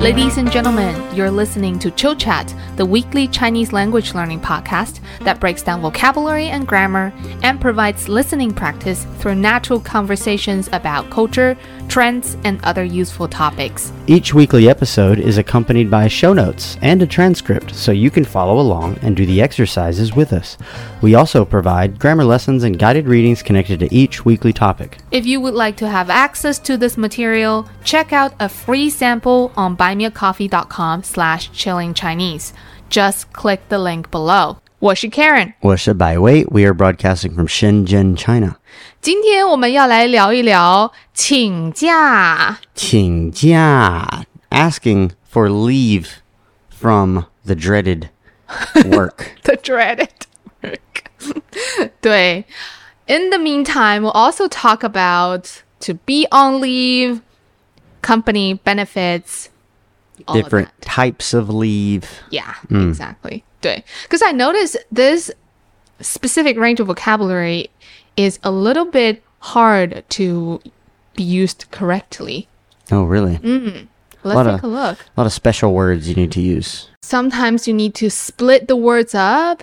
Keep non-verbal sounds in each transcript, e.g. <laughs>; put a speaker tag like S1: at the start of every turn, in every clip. S1: Ladies and gentlemen, you're listening to Chill Chat, the weekly Chinese language learning podcast that breaks down vocabulary and grammar and provides listening practice through natural conversations about culture, trends, and other useful topics.
S2: Each weekly episode is accompanied by show notes and a transcript so you can follow along and do the exercises with us. We also provide grammar lessons and guided readings connected to each weekly topic.
S1: If you would like to have access to this material, check out a free sample on buymeacoffee.com slash chillingchinese. Just click the link below. 我是 Karen，
S2: 我是百威, we are broadcasting from Shenzhen, China.
S1: 今天我们要来聊一聊请假。
S2: 请假, asking for leave from
S1: <laughs>
S2: the dreaded work.
S1: the dreaded work. <laughs> 对. In the meantime, we'll also talk about to be on leave, company benefits, all of
S2: Different
S1: that.
S2: types of leave.
S1: Yeah, exactly. 对. Because I noticed this specific range of vocabulary is a little bit hard to be used correctly.
S2: Oh, really?
S1: Mm. Let's
S2: Lot of-
S1: take a look.
S2: A lot of special words you need to use.
S1: Sometimes you need to split the words up.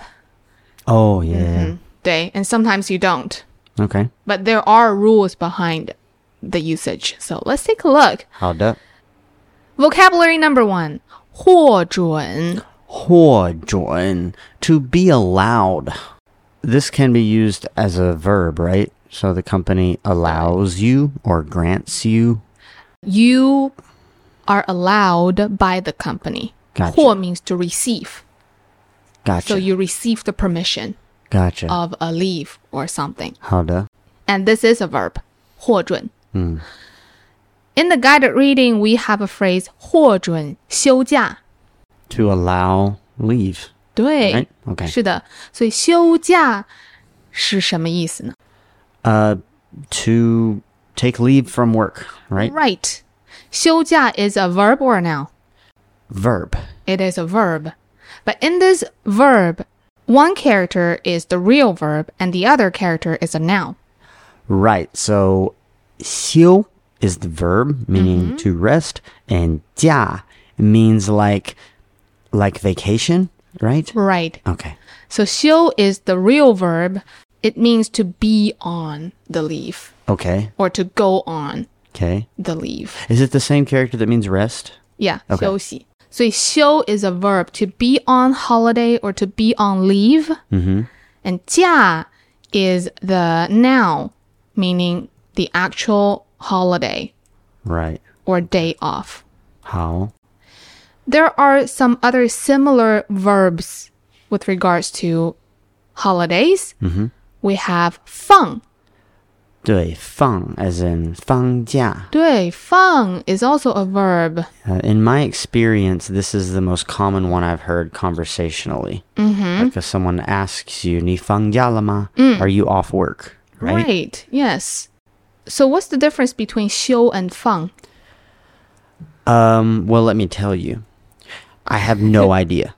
S2: Oh, yeah.
S1: 对, and sometimes you don't.
S2: Okay.
S1: but there are rules behind the usage. So let's take a look.
S2: 好的。
S1: Vocabulary number one. 获准.
S2: 获准, to be allowed. This can be used as a verb, right? So the company allows you or grants you.
S1: You are allowed by the company.
S2: Gotcha.
S1: 获 means to receive.
S2: Gotcha.
S1: So you receive the permission
S2: gotcha.
S1: of a leave or something.
S2: 好的.
S1: And this is a verb. 获准.
S2: Hmm.
S1: In the guided reading, we have a phrase 获准休假.
S2: To allow leave.
S1: 对
S2: Right? Okay.
S1: 是的。所以休假是什么意思呢？
S2: Uh, to take leave from work, right?
S1: Right. 休假 is a verb or a noun.
S2: Verb.
S1: It is a verb. But in this verb, one character is the real verb and the other character is a noun.
S2: Right. So, 休 is the verb meaning
S1: Mm-hmm.
S2: to rest, and 假 means like, like vacation, right?
S1: Right.
S2: Okay.
S1: So 休 is the real verb. It means to be on the leave
S2: Okay.
S1: or to go on
S2: Okay.
S1: the leave.
S2: Is it the same character that means rest?
S1: Yeah, 休息. So 休 is a verb to be on holiday or to be on leave. And 假 is the noun meaning the actual holiday
S2: Right.
S1: or day off.
S2: How?
S1: There are some other similar verbs with regards to holidays. We have 放.
S2: 对,放 as in 放假.
S1: 对,放 is also a verb.
S2: Uh, in my experience, this is the most common one I've heard conversationally. Mm-hmm. Like if someone asks you, 你放假了吗? Are you off work? Right?
S1: Right, yes. So what's the difference between 休 and 放?
S2: Um, well, let me tell you. I have <laughs> no idea.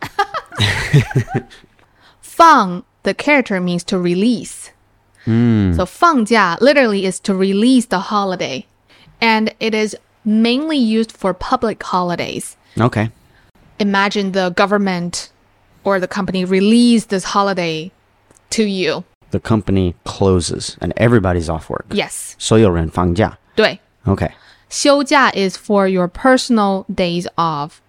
S1: 放 the character means to release. So 放假 literally is to release the holiday. And it is mainly used for public holidays.
S2: Okay.
S1: imagine the government or the company release this holiday to you.
S2: The company closes and everybody's off work.
S1: Yes.
S2: 所有人放假.
S1: 对.
S2: Okay.
S1: 休假 is for your personal days off.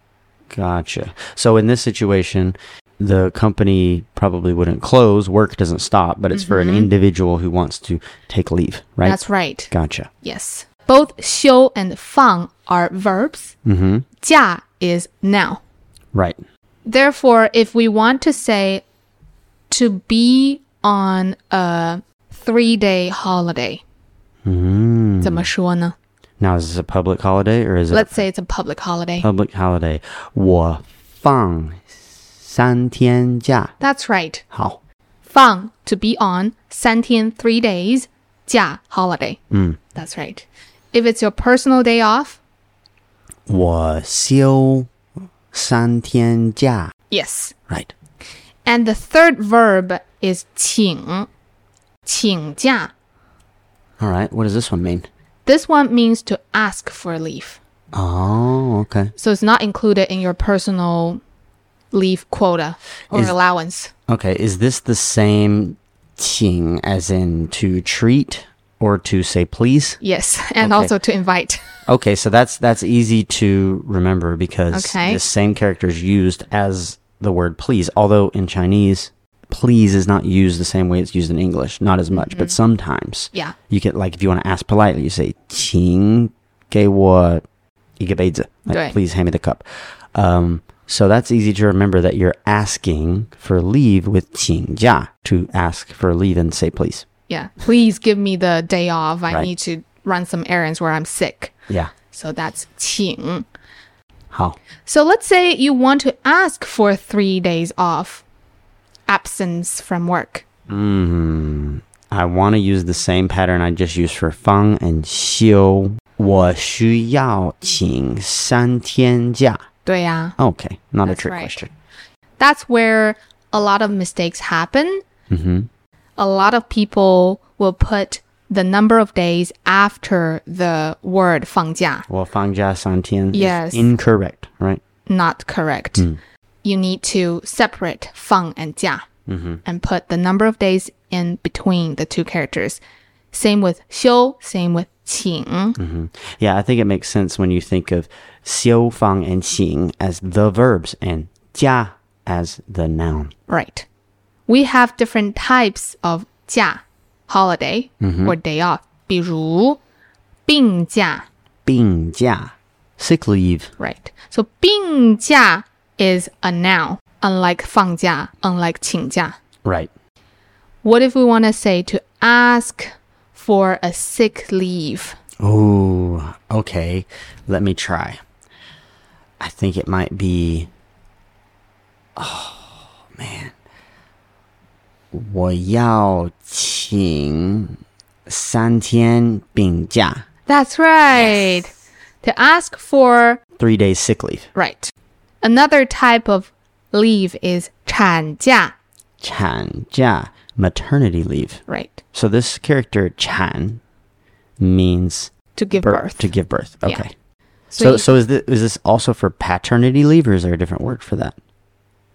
S2: Gotcha. So in this situation, the company probably wouldn't close. Work doesn't stop, but it's for an individual who wants to take leave, right?
S1: Mm-hmm. That's right.
S2: gotcha.
S1: Yes. Both 休 and 放 are verbs. mm 假 is noun.
S2: Mm-hmm. Right.
S1: Therefore, if we want to say to be on a three-day holiday, 怎么说呢？
S2: Now, is this a public holiday or is it
S1: Let's say it's a public holiday.
S2: a public holiday? 我放三天假.
S1: That's right.
S2: 好.
S1: 放 to be on 三天 three days 假 holiday. That's right. If it's your personal day off,
S2: 我休三天假.
S1: yes.
S2: Right.
S1: And the third verb is 请请假.
S2: All right. What does this one mean?
S1: This one means to ask for leave.
S2: Oh, okay.
S1: So it's not included in your personal leave quota or
S2: Is-
S1: allowance.
S2: Okay, is this the same ting as in to treat or to say please?
S1: Yes, <laughs> and
S2: Okay.
S1: also to invite. <laughs>
S2: Okay, so that's that's easy to remember because
S1: Okay.
S2: the same character is used as the word please, although in Chinese please is not used the same way it's used in English, not as much, but sometimes.
S1: Yeah.
S2: You can like if you want to ask politely, you say "请给我一个杯子,"
S1: Right.
S2: like please hand me the cup. Um, so that's easy to remember that you're asking for leave with 请假 to ask for leave and say please.
S1: Yeah. Please give me the day off. I
S2: Right.
S1: need to run some errands where I'm sick.
S2: Yeah.
S1: So that's 请.
S2: 好。
S1: So let's say you want to ask for three days off absence from work.
S2: Mm, I want to use the same pattern I just used for fang and xiu. 我需要请三天假.
S1: 对呀。
S2: Okay, not a
S1: That's
S2: trick
S1: right.
S2: question.
S1: That's where a lot of mistakes happen.
S2: Mhm.
S1: A lot of people will put the number of days after the word 放假.
S2: 我放假三天
S1: Yes.
S2: is incorrect, right?
S1: Not correct. You need to separate 放 and 假 and put the number of days in between the two characters. Same with 休, same with 请.
S2: Hmm. Mm-hmm. Yeah, I think it makes sense when you think of xiu, fang, and xing as the verbs and jia as the noun.
S1: Right. We have different types of 假 holiday or day off. 比如病假
S2: 病假, sick leave.
S1: Right. So 病假 is a noun, unlike 放假, unlike 请假.
S2: Right.
S1: What if we want to say to ask for a sick leave?
S2: Oh, okay. Let me try. I think it might be. Oh man, 我要请三天病假
S1: That's right. To ask for
S2: three days sick leave.
S1: right. Another type of leave is 产假.
S2: 产假 maternity leave.
S1: Right.
S2: So this character 产 means
S1: To give
S2: bir-
S1: birth.
S2: to give birth.
S1: Yeah.
S2: Okay.
S1: So,
S2: So
S1: you-
S2: so is this, is this also for paternity leave or is there a different word for that?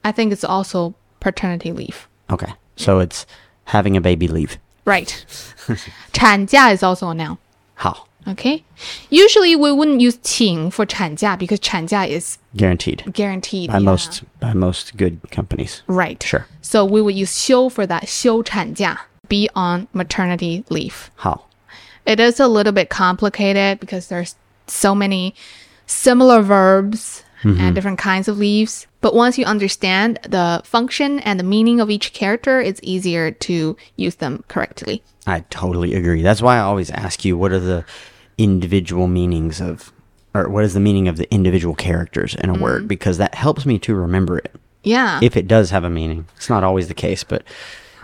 S1: I think it's also paternity leave.
S2: Okay. So it's having a baby leave. <laughs>
S1: Right. 产假 is also a noun.
S2: How?
S1: Okay. Usually we wouldn't use 请 for 产假 because 产假 is
S2: Guaranteed.
S1: guaranteed.
S2: By
S1: yeah.
S2: most by most good companies.
S1: Right.
S2: Sure.
S1: So we would use 休 for that. 休产假 be on maternity leave.
S2: How?
S1: It is a little bit complicated because there's so many similar verbs and different kinds of leaves. But once you understand the function and the meaning of each character, it's easier to use them correctly.
S2: I totally agree. That's why I always ask you what are the individual meanings of or what is the meaning of the individual characters in a
S1: Mm-hmm.
S2: word because that helps me to remember it.
S1: Yeah.
S2: If it does have a meaning. It's not always the case, but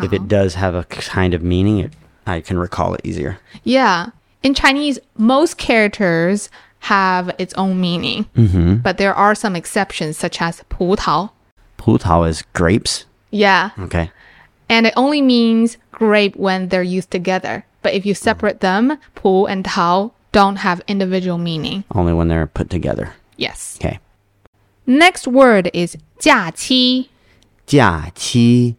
S2: if it does have a kind of meaning, it, I can recall it easier.
S1: Yeah. In Chinese, most characters have its own meaning, but there are some exceptions, such as 葡萄.
S2: 葡萄 is grapes.
S1: Yeah.
S2: Okay.
S1: And it only means grape when they're used together. But if you separate them, 葡 and 桃 don't have individual meaning.
S2: Only when they're put together.
S1: Yes.
S2: Okay.
S1: Next word is 假期.
S2: 假期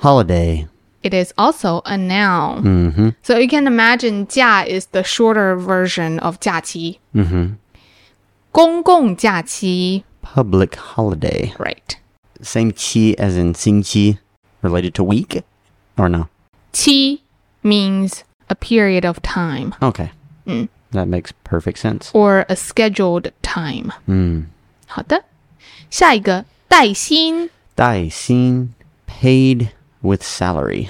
S2: holiday.
S1: It is also a noun. So you can imagine 假 is the shorter version of 假期. Mm-hmm. 公共假期.
S2: Public holiday.
S1: Right.
S2: Same qi as in xing qi, related to week? Or no?
S1: Qi means a period of time
S2: Okay. That makes perfect sense.
S1: or a scheduled time. 好的，下一个带薪，对，
S2: Dai xin, paid with salary.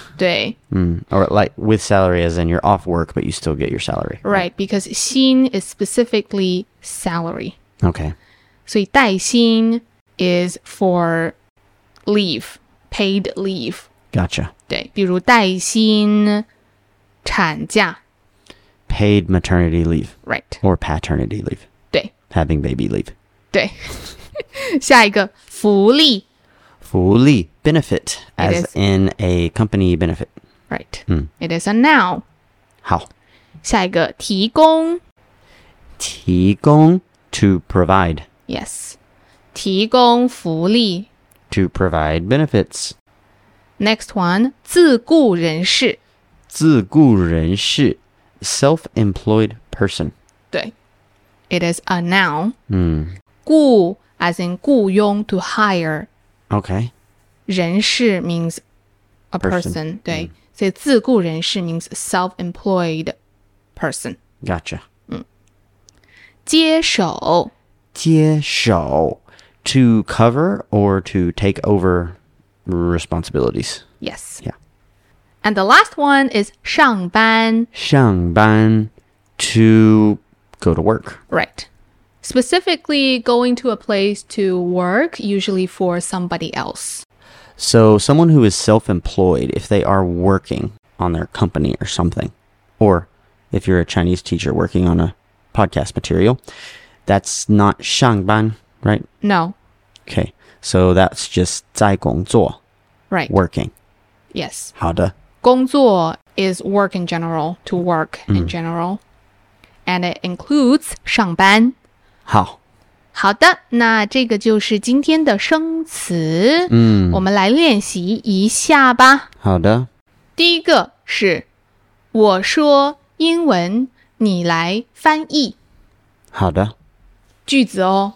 S2: Mm. Or like with salary as in you're off work, but you still get your salary.
S1: right because 薪 is specifically salary.
S2: Okay.
S1: 所以带薪 is for leave, paid leave.
S2: Gotcha.
S1: 对，比如带薪产假，right. <laughs>
S2: Paid maternity leave or paternity leave.
S1: 对对，
S2: Having baby leave.
S1: 下一个福利
S2: Fuli, benefit, as
S1: is.
S2: in a company benefit. Hmm.
S1: right. It is a noun.
S2: How?
S1: 下一个提供
S2: 提供 To provide.
S1: Yes. 提供福利。
S2: To provide benefits.
S1: Next one，自雇人士。
S2: 自雇人士. Self employed person.
S1: 对，it is a noun。雇
S2: Hmm.
S1: as in 雇佣 to hire，
S2: Okay.
S1: 人士 means a person。
S2: Person，
S1: 对，所以自雇人士 means self-employed person。
S2: Gotcha.
S1: 接手，
S2: 接手. To cover or to take over responsibilities.
S1: yes。
S2: Yeah.
S1: And the last one is 上班
S2: 上班. To go to work.
S1: Right. Specifically, going to a place to work, usually for somebody else.
S2: So, someone who is self employed, if they are working on their company or something, or if you're a Chinese teacher working on a podcast material, that's not 上班, right?
S1: No.
S2: Okay. So, that's just 在工作,
S1: Right.
S2: working.
S1: Yes.
S2: 好的.
S1: 工作 is work in general, to work
S2: Mm.
S1: in general. And it includes 上班。
S2: 好.
S1: 好的，那这个就是今天的生词。嗯，我们来练习一下吧。
S2: 好的.
S1: 第一个是我说英文，你来翻译
S2: 好的.
S1: 句子哦。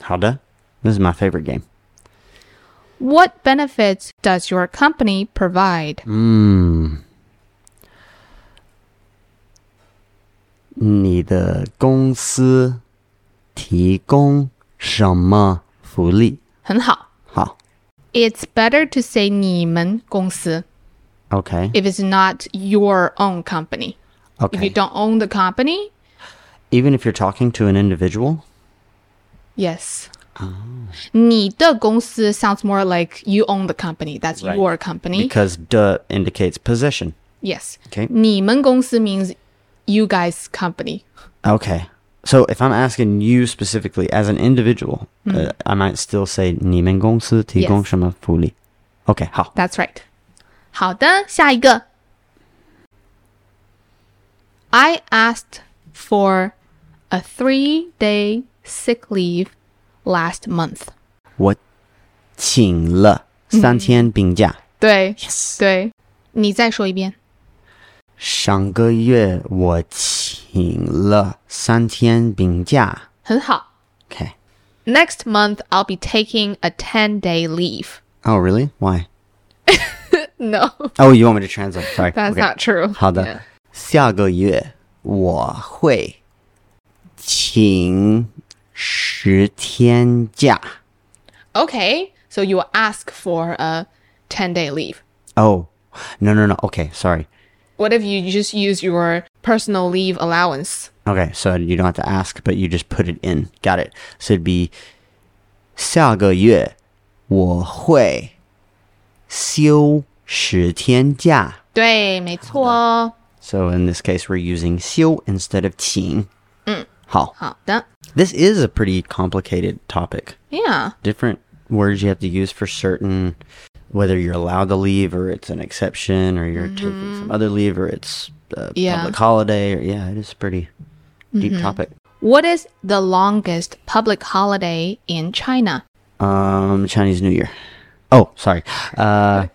S2: 好的. This is my favorite game.
S1: What benefits does your company provide?
S2: Mm. 你的公司提供什么福利？好。
S1: 很好。It's better to say 你们公司
S2: Okay.
S1: if it's not your own company. If
S2: Okay.
S1: you don't own the company,
S2: Even if you're talking to an individual,
S1: yes.
S2: Ah.
S1: 你的公司 sounds more like you own the company. That's
S2: Right.
S1: your company.
S2: because "de" indicates possession.
S1: Yes.
S2: Okay.
S1: 你们公司 means you guys' company.
S2: Okay. So if I'm asking you specifically as an individual, uh, I might still say 你们公司提供什么福利? Okay. 好.
S1: That's right. 好的，下一个。I asked for a three day sick leave last month.
S2: Mm-hmm. 我请了三天病假。
S1: 对
S2: Yes.
S1: 对，你再说一遍。
S2: 上个月我请了三天病假。
S1: 很好。
S2: Okay.
S1: Next month I'll be taking a 10 day leave.
S2: Oh, really? Why?
S1: No, <laughs>
S2: Oh, you want me to translate? Sorry.
S1: that's
S2: Okay.
S1: not true.
S2: 好的
S1: Yeah.
S2: 下个月我会请十天假。
S1: Okay, so you will ask for a 10 day leave.
S2: Oh, no, no, no. Okay, sorry.
S1: What if you just use your personal leave allowance?
S2: Okay, so you don't have to ask, but you just put it in. Got it. So it'd be 下个月我会休十天假。
S1: 对，没错。
S2: So in this case, we're using 休 instead of 请。好
S1: 好的。
S2: ，This is a pretty complicated topic.
S1: Yeah.
S2: different words you have to use for certain whether you're allowed to leave or it's an exception or you're taking some other leave or it's a
S1: Yeah.
S2: public holiday or yeah it is a pretty deep topic
S1: What is the longest public holiday in China?
S2: um chinese new year oh sorry uh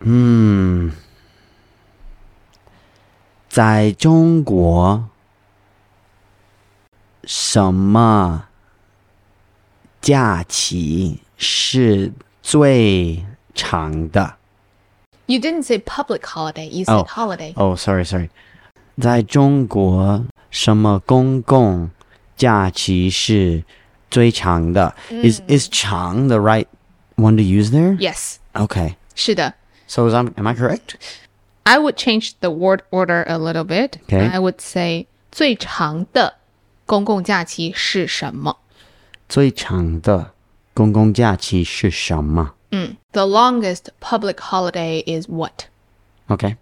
S2: hmm 在中国，什么假期是最长的？
S1: You didn't say public holiday, you said
S2: Oh.
S1: holiday.
S2: Oh, sorry, sorry. 在中国，什么公共假期是最长的？Is is 长 the right one to use there?
S1: Yes.
S2: Okay.
S1: 是的。
S2: So is I'm, am I correct?
S1: I would change the word order a little bit.
S2: Okay.
S1: I would say 最长的公共假期是什么?
S2: 最长的公共假期是什么？
S1: The longest public holiday is what?
S2: Okay.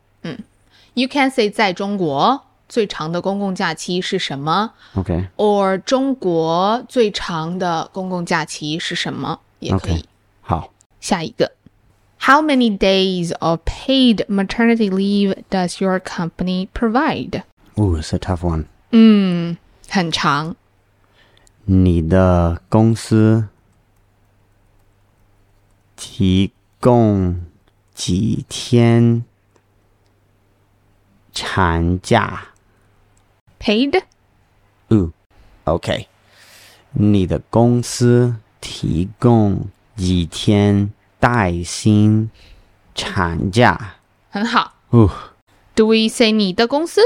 S1: You can say 在中国最长的公共假期是什么
S2: Okay.
S1: or 中国最长的公共假期是什么？也可以。
S2: Okay. 好。
S1: 下一个。How many days of paid maternity leave does your company provide?
S2: Ooh, it's a tough one.
S1: 很长。
S2: 你的公司提供几天产假？
S1: Paid?
S2: Ooh, okay. 你的公司提供几天带薪产假？
S1: 很好。
S2: Ooh,
S1: Do we say 你的公司？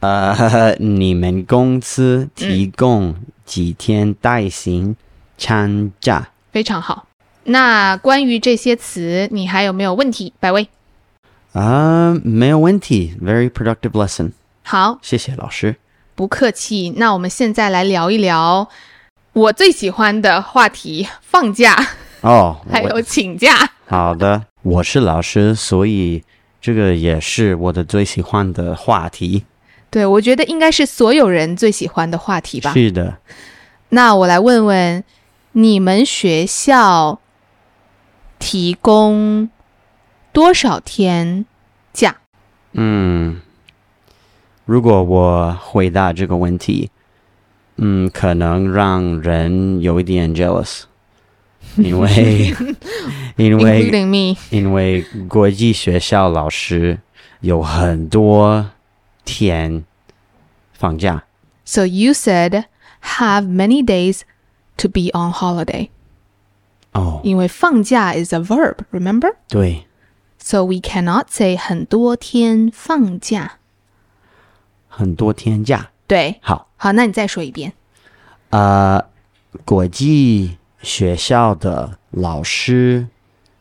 S2: 呃，你们公司提供几天带薪产假？
S1: 非常好。那关于这些词，你还有没有问题，百威？
S2: 啊、没有问题。Very productive lesson.
S1: 好，
S2: 谢谢老师。
S1: 不客气。那我们现在来聊一聊我最喜欢的话题——放假，
S2: 哦，
S1: 还
S2: 我
S1: 有请假。
S2: 好的，我是老师，所以这个也是我的最喜欢的话题。
S1: 对，我觉得应该是所有人最喜欢的话题吧。
S2: 是的。
S1: 那我来问问，你们学校提供多少天假？
S2: 嗯，如果我回答这个问题，嗯，可能让人有一
S1: <laughs>
S2: 点 jealous，因为因为
S1: including me，
S2: 因为国际学校老师有很多天放假，
S1: So you said have many days to be on holiday.
S2: 哦，
S1: 因为放假 is a verb, remember?
S2: 对，
S1: So we cannot say 很多天放假。
S2: 很多天假。
S1: 对，
S2: 好，
S1: 好，那你再说一遍。
S2: 呃，国际学校的老师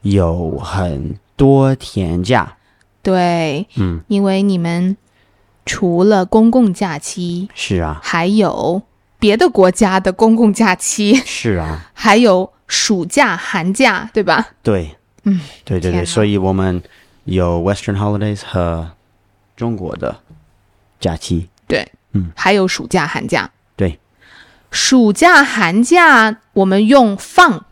S2: 有很多天假。
S1: 对，嗯，因为你们除了公共假期，
S2: 是啊，
S1: 还有别的国家的公共假期， <laughs>
S2: 是啊，
S1: 还有暑假、寒假，对吧？
S2: 对，
S1: 嗯，
S2: 对对
S1: 天哪
S2: 对，所以我们有 Western holidays 和中国的假期。
S1: 对，
S2: 嗯，
S1: 还有暑假、寒假。
S2: 对，
S1: 暑假、寒假，我们用放，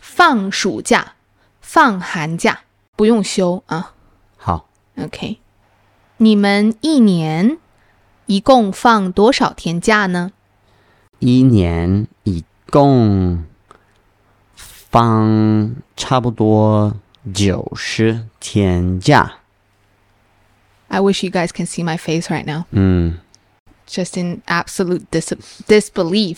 S1: 放暑假，放寒假，不用休啊。
S2: 好，
S1: OK，你们一年一共放多少天假呢？
S2: 一年一共放差不多九十天假。
S1: I wish you guys can see my face right now,
S2: 嗯，
S1: just in absolute dis disbelief.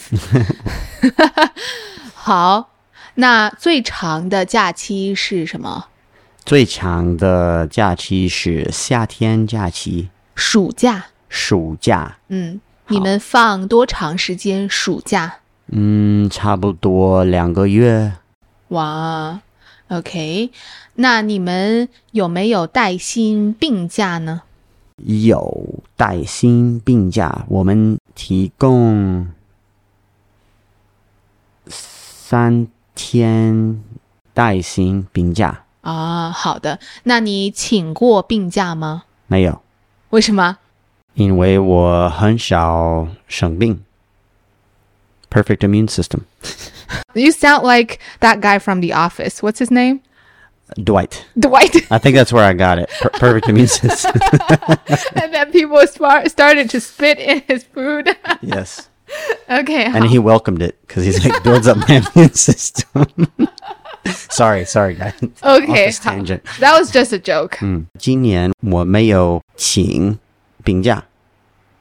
S1: <laughs> 好，那最长的假期是什么？
S2: 最长的假期是夏天假期，
S1: 暑假。
S2: 暑假。
S1: 嗯，你们放多长时间暑假？
S2: 嗯，差不多两个月。
S1: 哇，OK，那你们有没有带薪病假呢？
S2: 有带薪病假，我们提供三天带薪病假，
S1: 啊，好的，那你请过病假吗？
S2: 没有，
S1: 为什么？
S2: 因为我很少生病。Perfect immune system.
S1: You sound like that guy from The Office. What's his name?
S2: Dwight.
S1: Dwight.
S2: I think that's where I got it. Per- perfect immune system.
S1: and then people spar- started to spit in his food.
S2: <laughs>
S1: <laughs>
S2: yes.
S1: okay.
S2: And he welcomed it because he's like builds up my <laughs> immune system. <laughs> sorry, sorry, guys. Off
S1: <laughs> okay.
S2: this tangent.
S1: That was just a joke.
S2: 嗯，今年我没有请病假，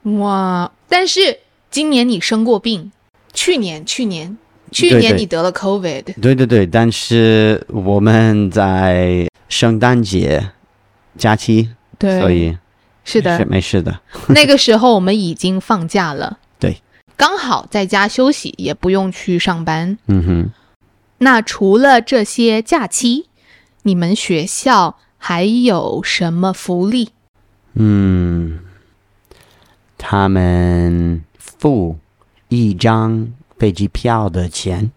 S1: 哇！但是今年你生过病，去年去年去
S2: 对
S1: 年
S2: 对
S1: 你得了 COVID，
S2: 对对对，但是我们在圣诞节假期，
S1: 对
S2: 所以
S1: 是
S2: 是
S1: 的，
S2: 没事的。
S1: <laughs> 那个时候我们已经放假了，
S2: 对，
S1: 刚好在家休息，也不用去上班。
S2: 嗯哼，
S1: 那除了这些假期，你们学校还有什么福利？
S2: 嗯，他们付一张飞机票的钱，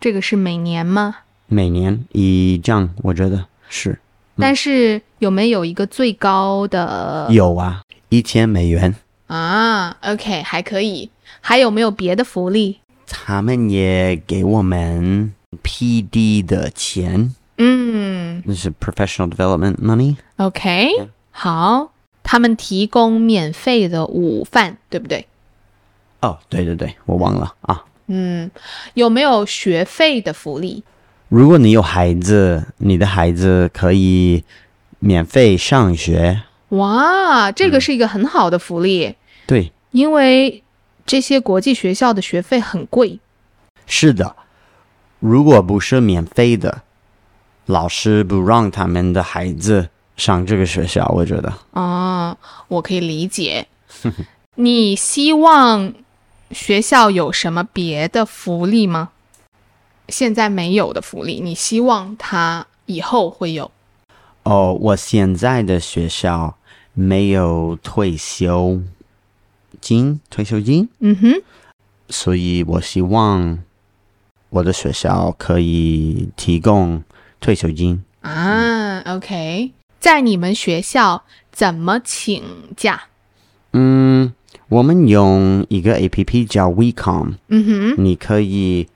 S1: 这个是每年吗？
S2: 每年一张，我觉得是
S1: 但是有没有一个最高的
S2: 有啊，一千美元。
S1: 啊？OK，还可以。还有没有别的福利？
S2: 他们也给我们 PD 的钱。
S1: 嗯，
S2: This is professional development money.
S1: OK，好，他们提供免费的午饭，对不对？
S2: 哦，对对对，我忘了啊。
S1: 有没有学费的福利？
S2: 如果你有孩子，你的孩子可以免费上学。
S1: 哇，这个是一个很好的福利，
S2: 对，
S1: 因为这些国际学校的学费很贵。
S2: 是的，如果不是免费的，老师不让他们的孩子上这个学校，我觉得
S1: 啊，我可以理解。 <laughs> 你希望学校有什么别的福利吗？现在没有的福利，你希望它以后会有？
S2: 哦，我现在的学校没有退休金，退休金，
S1: 嗯哼，
S2: 所以我希望我的学校可以提供退休金。
S1: 啊，OK，在你们学校怎么请假？
S2: 嗯，我们用一个 A P P 叫 WeCom，
S1: 嗯哼，
S2: 你可以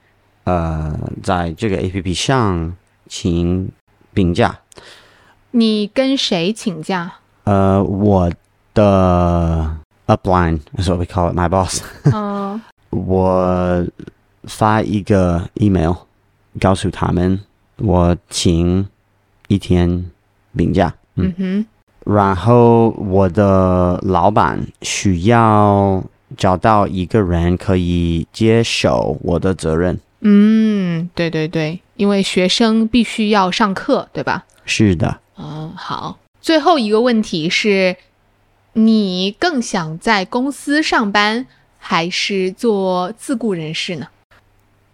S2: 呃在这个 A P P 上请病假。
S1: 你跟谁请假？
S2: 呃，我的 upline is what we call it, my boss 。
S1: 嗯、
S2: 我发一个 email 告诉他们我请一天病假，
S1: 嗯哼，
S2: 然后我的老板需要找到一个人可以接手我的责任。
S1: 嗯，对对对，因为学生必须要上课，对吧？
S2: 是的，
S1: 嗯，好。最后一个问题是，你更想在公司上班，还是做自雇人士呢？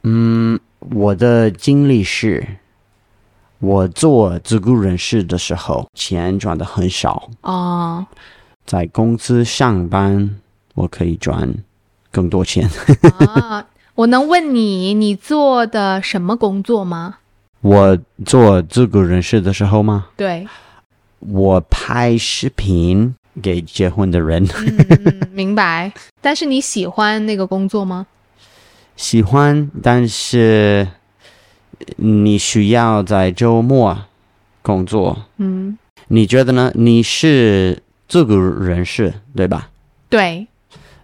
S2: 嗯，我的经历是，我做自雇人士的时候，钱赚的很少，
S1: 哦，
S2: 在公司上班，我可以赚更多钱。
S1: 啊，我能问你，你做的什么工作吗？
S2: 我做自雇人士的时候吗？
S1: <laughs> 对，
S2: 我拍视频给结婚的人，
S1: 嗯，嗯明白。 <laughs> 但是你喜欢那个工作吗？
S2: 喜欢，但是你需要在周末工作。
S1: 嗯，
S2: 你觉得呢？你是自雇人士，对吧？
S1: 对，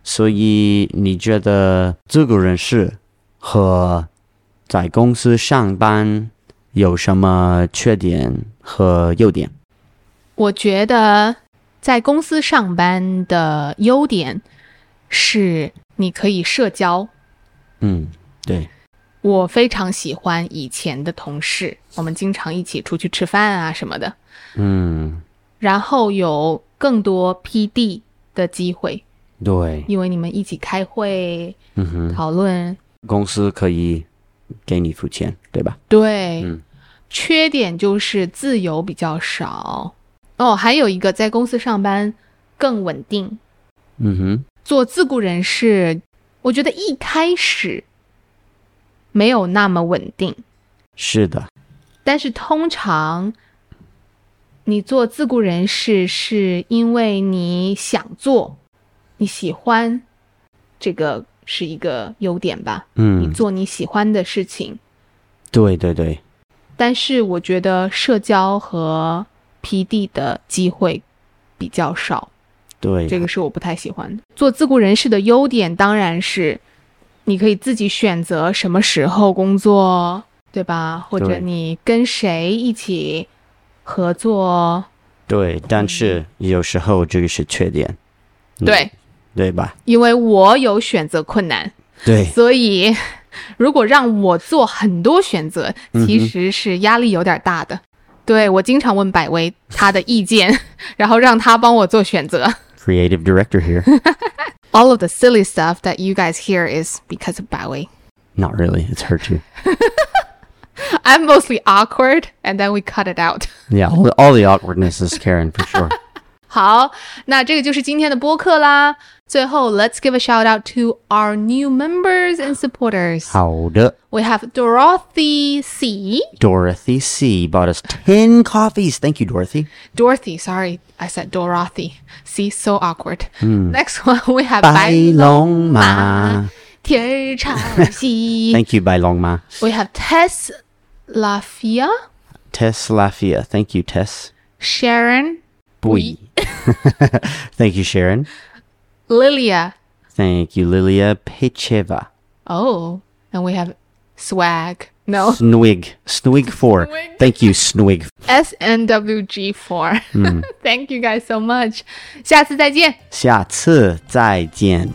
S2: 所以你觉得自雇人士和在公司上班有什么缺点和优点？
S1: 我觉得在公司上班的优点是你可以社交，
S2: 嗯，对，
S1: 我非常喜欢以前的同事，我们经常一起出去吃饭啊什么的，
S2: 嗯，
S1: 然后有更多 PD 的机会，
S2: 对，
S1: 因为你们一起开会
S2: 嗯哼，
S1: 讨论。
S2: 公司可以给你付钱，对吧？
S1: 对，
S2: 嗯
S1: 缺点就是自由比较少。哦，还有一个在公司上班更稳定，
S2: 嗯哼，
S1: 做自雇人士，我觉得一开始没有那么稳定。
S2: 是的，
S1: 但是通常，你做自雇人士是因为你想做，你喜欢，这个是一个优点吧？你
S2: 嗯，
S1: 做你喜欢的事情。
S2: 对对对，
S1: 但是我觉得社交和 PD 的机会比较少，
S2: 对，
S1: 这个是我不太喜欢的。做自雇人士的优点当然是，你可以自己选择什么时候工作，对吧？或者
S2: 对
S1: 你跟谁一起合作，
S2: 对，但是有时候这个是缺点，嗯
S1: 对，
S2: 对吧？
S1: 因为我有选择困难，
S2: 对，
S1: 所以 <laughs> 如果让我做很多选择，
S2: 嗯哼
S1: 其实是压力有点大的。对我经常问百威他的意见， <laughs> 然后让他帮我做选择。
S2: creative director here.
S1: All of the silly stuff that you guys hear is because of 百威。
S2: <laughs> Not really, it's her too.
S1: I'm mostly awkward, and then we cut it out. <laughs>
S2: Yeah, all, all the awkwardness is Karen for <laughs> sure.
S1: 好，那这个就是今天的播客啦。最后，Let's give a shout out to our new members and supporters.
S2: <gasps> 好的
S1: We have Dorothy C.
S2: Dorothy C bought us 10 coffees. Thank you, Dorothy.
S1: Dorothy, sorry, I said Dorothy. See, so awkward.
S2: Hmm.
S1: Next <laughs> one, we have
S2: 白
S1: Bai
S2: 龙马。
S1: Tianchaxi.
S2: <laughs> Thank you, Bai Long Ma.
S1: We have Tess Lafia,
S2: Tess Lafia. Thank you, Tess.
S1: Sharon,
S2: <laughs> Bui. Thank you, Sharon.
S1: Lilia,
S2: Thank you, Lilia Pecheva.
S1: Oh, and we have swag. No,
S2: Snwig. Snwig 4.
S1: Snwig.
S2: Thank you, Snwig.
S1: <laughs> SNWG4. Thank you guys so much. 下次再见。
S2: 下次再见.